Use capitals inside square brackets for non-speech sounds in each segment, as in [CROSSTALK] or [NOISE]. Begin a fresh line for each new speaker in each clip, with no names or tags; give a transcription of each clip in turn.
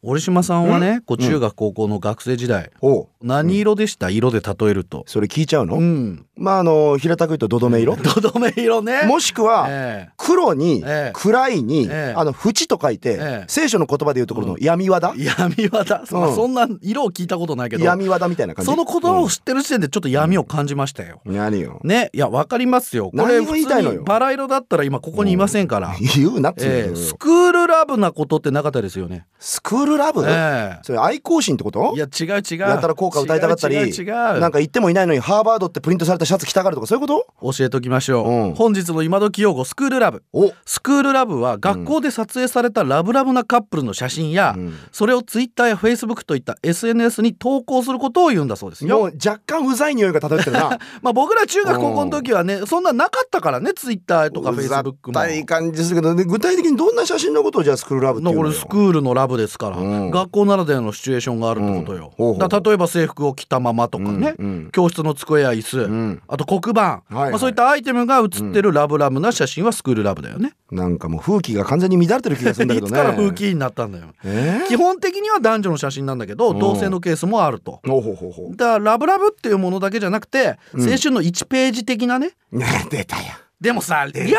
折島さんはね、こう中学高校の学生時代、
おう
何色でした色で例えると。
それ聞いちゃうの、
うん。
まああの平たく言うとどどめ色
とどめ色ね。
もしくは
え
黒に
ええ
暗いに、
ええ
あの縁と書いて、
ええ
聖書の言葉で言うところの闇輪だ
え、闇輪だ、まあそんな色を聞いたことないけど、
闇輪だみたいな感じ
その言葉を知ってる時点でちょっと闇を感じましたよ。
うん何よ
ね、いや、わかりますよ。これ、
何を
普
言いた
通
いのよ
にバラ色だったら今ここにいませんから。
言うなっつうの
ええスクールラブなことってなかったですよね。
スクールラブ、
え
それ愛校心ってこと
えいや、違う違う。
やたら効果歌いたかったり
違う違う違う
なんか言ってもいないのにハーバードってプリントされたシャツ着たがるとかそういうこと
教えときましょう、
うん
本日の今時用語スクールラブ
お、
スクールラブは学校で撮影されたラブラブなカップルの写真や、それをツイッターやフェイスブックといった SNS に投稿することを言うんだそうです
も
よ。
う若干うざい匂いが漂ってるな
まあ僕ら中学高校の時はね、そんななかったからねツイッター [LAUGHS] とかフェイスブックも
うざ。ったい感じでするけど、ね、具体的にどんな写真のことをじゃあスクールラブって
の
いう
こ
の
れ
よ
スクールのラブですから、
うん
学校ならではのシチュエーションがあるってことよ。
うんほうほう
だから例えば制服を着たままとかね、
うんうん
教室の机や椅子、
うん
あと黒板、
いはい
まあ、そういったアイテムが写ってるラブラブな写真はスクールラブだよね。
なんかもう風紀が完全に乱れてる気がするんだ
[LAUGHS]
け
い
ど
つ
ね
から風紀委員になったんだよ。
え
基本的には男女の写真なんだけど
うん
同性のケースもあると。
ー、おほほほ
だからラブラブっていうものだけじゃなくて
ん
青春の1ページ的なね、
ね出たよ
でもさリアルタイ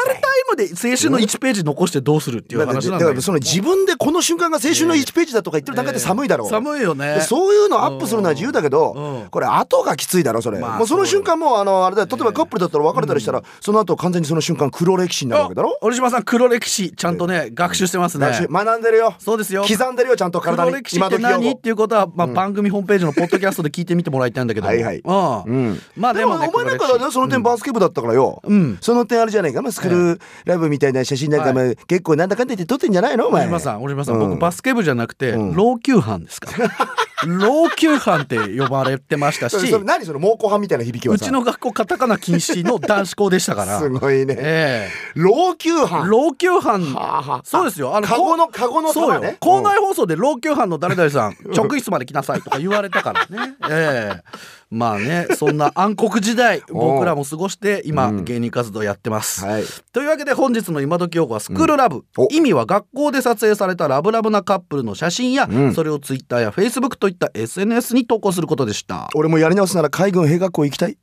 ムで青春の1ページ残してどうするっていう
だから
話なん
だ
だ
か
よ
らその自分でこの瞬間が青春の1ページだとか言ってる段階で寒いだろう、
寒いよね
でそういうのアップするのは自由だけ
うんうん
どこれ後がきついだろそれ、
まあ
もうその瞬間もうあのあれだよ例えばカップルだったら別れたりしたら、その後完全にその瞬間黒歴史になるわけだろ
折島さん黒歴史ちゃんとね学習してますね
だし学んでるよ
そうですよ
刻んでるよちゃんと体
黒
に
歴史って何っていうことは、まあ、番組ホームページのポッドキャストで聞いてみてもらいたいんだけど
はいはい
うん
うん
まあで
でも
もね
お前なんか
黒歴史
だねその点バスケ部だったからよ、
ん
その点あれじゃないか、まあ、スクールライブみたいな写真なんか、まあ結構なんだかんだ言って撮ってんじゃないのお
折
前
島さん折島さん、
うん
僕バスケ部じゃなくて、
ん
老朽班
[LAUGHS]
ですから老朽班って呼ばれてましたし
それそれ何その猛虎派みたいな響きは
う
さ
ちの学校カタカナ禁止の男子校でしたから
すごいね、
え
老朽
え
犯
老朽班
はあはあ
そうですよあの
カゴのカゴの
そう
玉
よ、
ね
校内放送で老朽班の誰々さん職員室まで来なさいとか言われたからねええまあねそんな暗黒時代僕らも過ごして今、芸人活動やってます、
うんはい
というわけで本日の今時用語はスクールラブ、
お
意味は学校で撮影されたラブラブなカップルの写真や、
うん
それをツイッターやフェイスブックといった SNS に投稿することでした
俺もやり直すなら海軍兵学校行きたい